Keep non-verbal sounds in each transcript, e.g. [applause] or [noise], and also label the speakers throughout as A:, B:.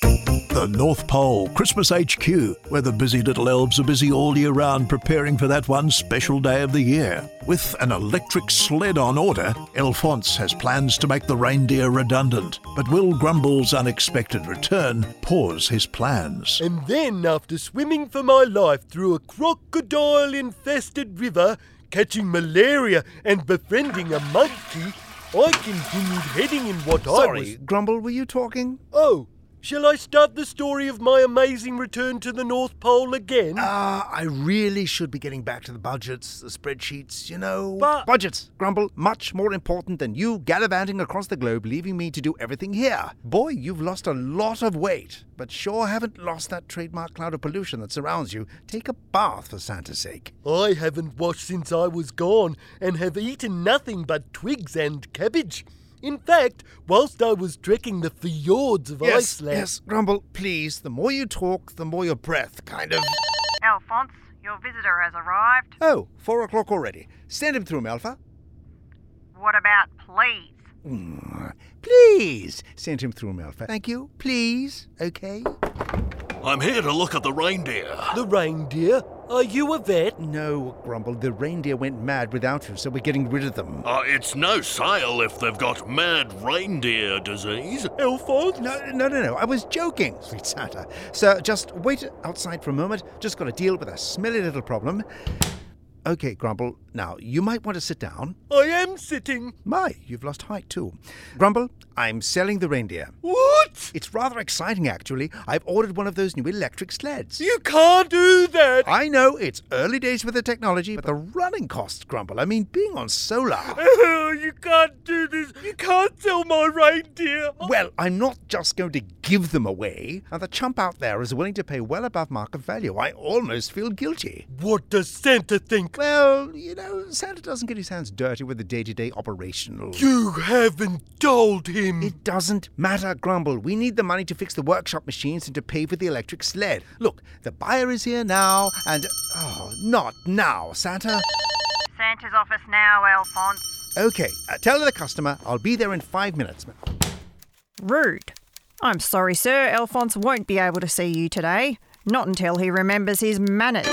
A: The North Pole Christmas HQ, where the busy little elves are busy all year round preparing for that one special day of the year. With an electric sled on order, Elphonse has plans to make the reindeer redundant, but Will Grumble's unexpected return pause his plans.
B: And then, after swimming for my life through a crocodile infested river, catching malaria, and befriending a monkey, I continued heading in what I was.
C: Sorry, Grumble, were you talking?
B: Oh, shall I start the story of my amazing return to the North Pole again?
C: Ah, I really should be getting back to the budgets, the spreadsheets, you know.
B: But-
C: budgets, Grumble, much more important than you gallivanting across the globe, leaving me to do everything here. Boy, you've lost a lot of weight, but sure haven't lost that trademark cloud of pollution that surrounds you. Take a bath for Santa's sake.
B: I haven't washed since I was gone and have eaten nothing but twigs and cabbage. In fact, whilst I was trekking the fjords of
C: Yes,
B: Iceland.
C: yes, Grumble, please. The more you talk, the more your breath kind of.
D: Alphonse, your visitor has arrived.
C: Oh, four o'clock already. Send him through, Malfa.
D: What about please?
C: Mm. Please. Send him through, Malfa. Thank you. Please. Okay.
E: I'm here to look at the reindeer.
B: The reindeer? Are you a vet?
C: No, Grumble, the reindeer went mad without you, so we're getting rid of them.
E: Uh, it's no sale if they've got mad reindeer disease.
B: Elphonse?
C: No, no, no, no, I was joking, [laughs] sweet Santa. Sir, just wait outside for a moment. Just got to deal with a smelly little problem. Okay, Grumble, now you might want to sit down.
B: I am sitting.
C: My, you've lost height too. Grumble, I'm selling the reindeer.
B: What?
C: It's rather exciting, actually. I've ordered one of those new electric sleds.
B: You can't do that. [laughs]
C: I know it's early days with the technology, but the running costs, Grumble. I mean, being on solar.
B: Oh, you can't do this. You can't sell my reindeer.
C: Well, I'm not just going to give them away, and the chump out there is willing to pay well above market value. I almost feel guilty.
B: What does Santa think?
C: Well, you know, Santa doesn't get his hands dirty with the day to day operational.
B: You haven't told him.
C: It doesn't matter, Grumble. We need the money to fix the workshop machines and to pay for the electric sled. Look, the buyer is here now, and. Oh, not now, Santa.
D: Santa's office now, Alphonse.
C: Okay, uh, tell the customer I'll be there in five minutes.
F: Rude. I'm sorry, sir. Alphonse won't be able to see you today. Not until he remembers his manners.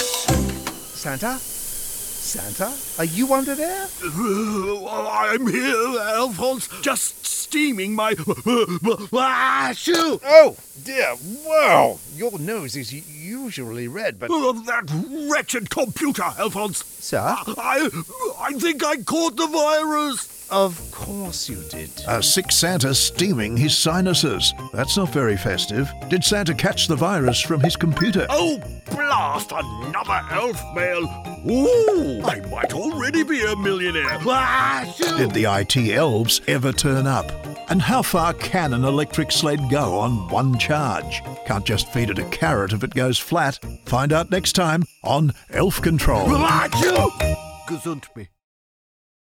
C: Santa? Santa? Are you under there?
E: Oh, I'm here, Alphonse, just steaming my. shoe!
C: Oh dear! Wow, your nose is usually red, but
E: Of that wretched computer, Alphonse.
C: sir,
E: I, I think I caught the virus.
C: of course you did.
A: A sick Santa steaming his sinuses. That's not very festive. Did Santa catch the virus from his computer?
E: Oh, blast another elf mail. Ooh, I might already be a millionaire. Wahoo!
A: Did the IT elves ever turn up? And how far can an electric sled go on one charge? Can't just feed it a carrot if it goes flat. Find out next time on Elf Control.
E: Wahoo! Gesund me.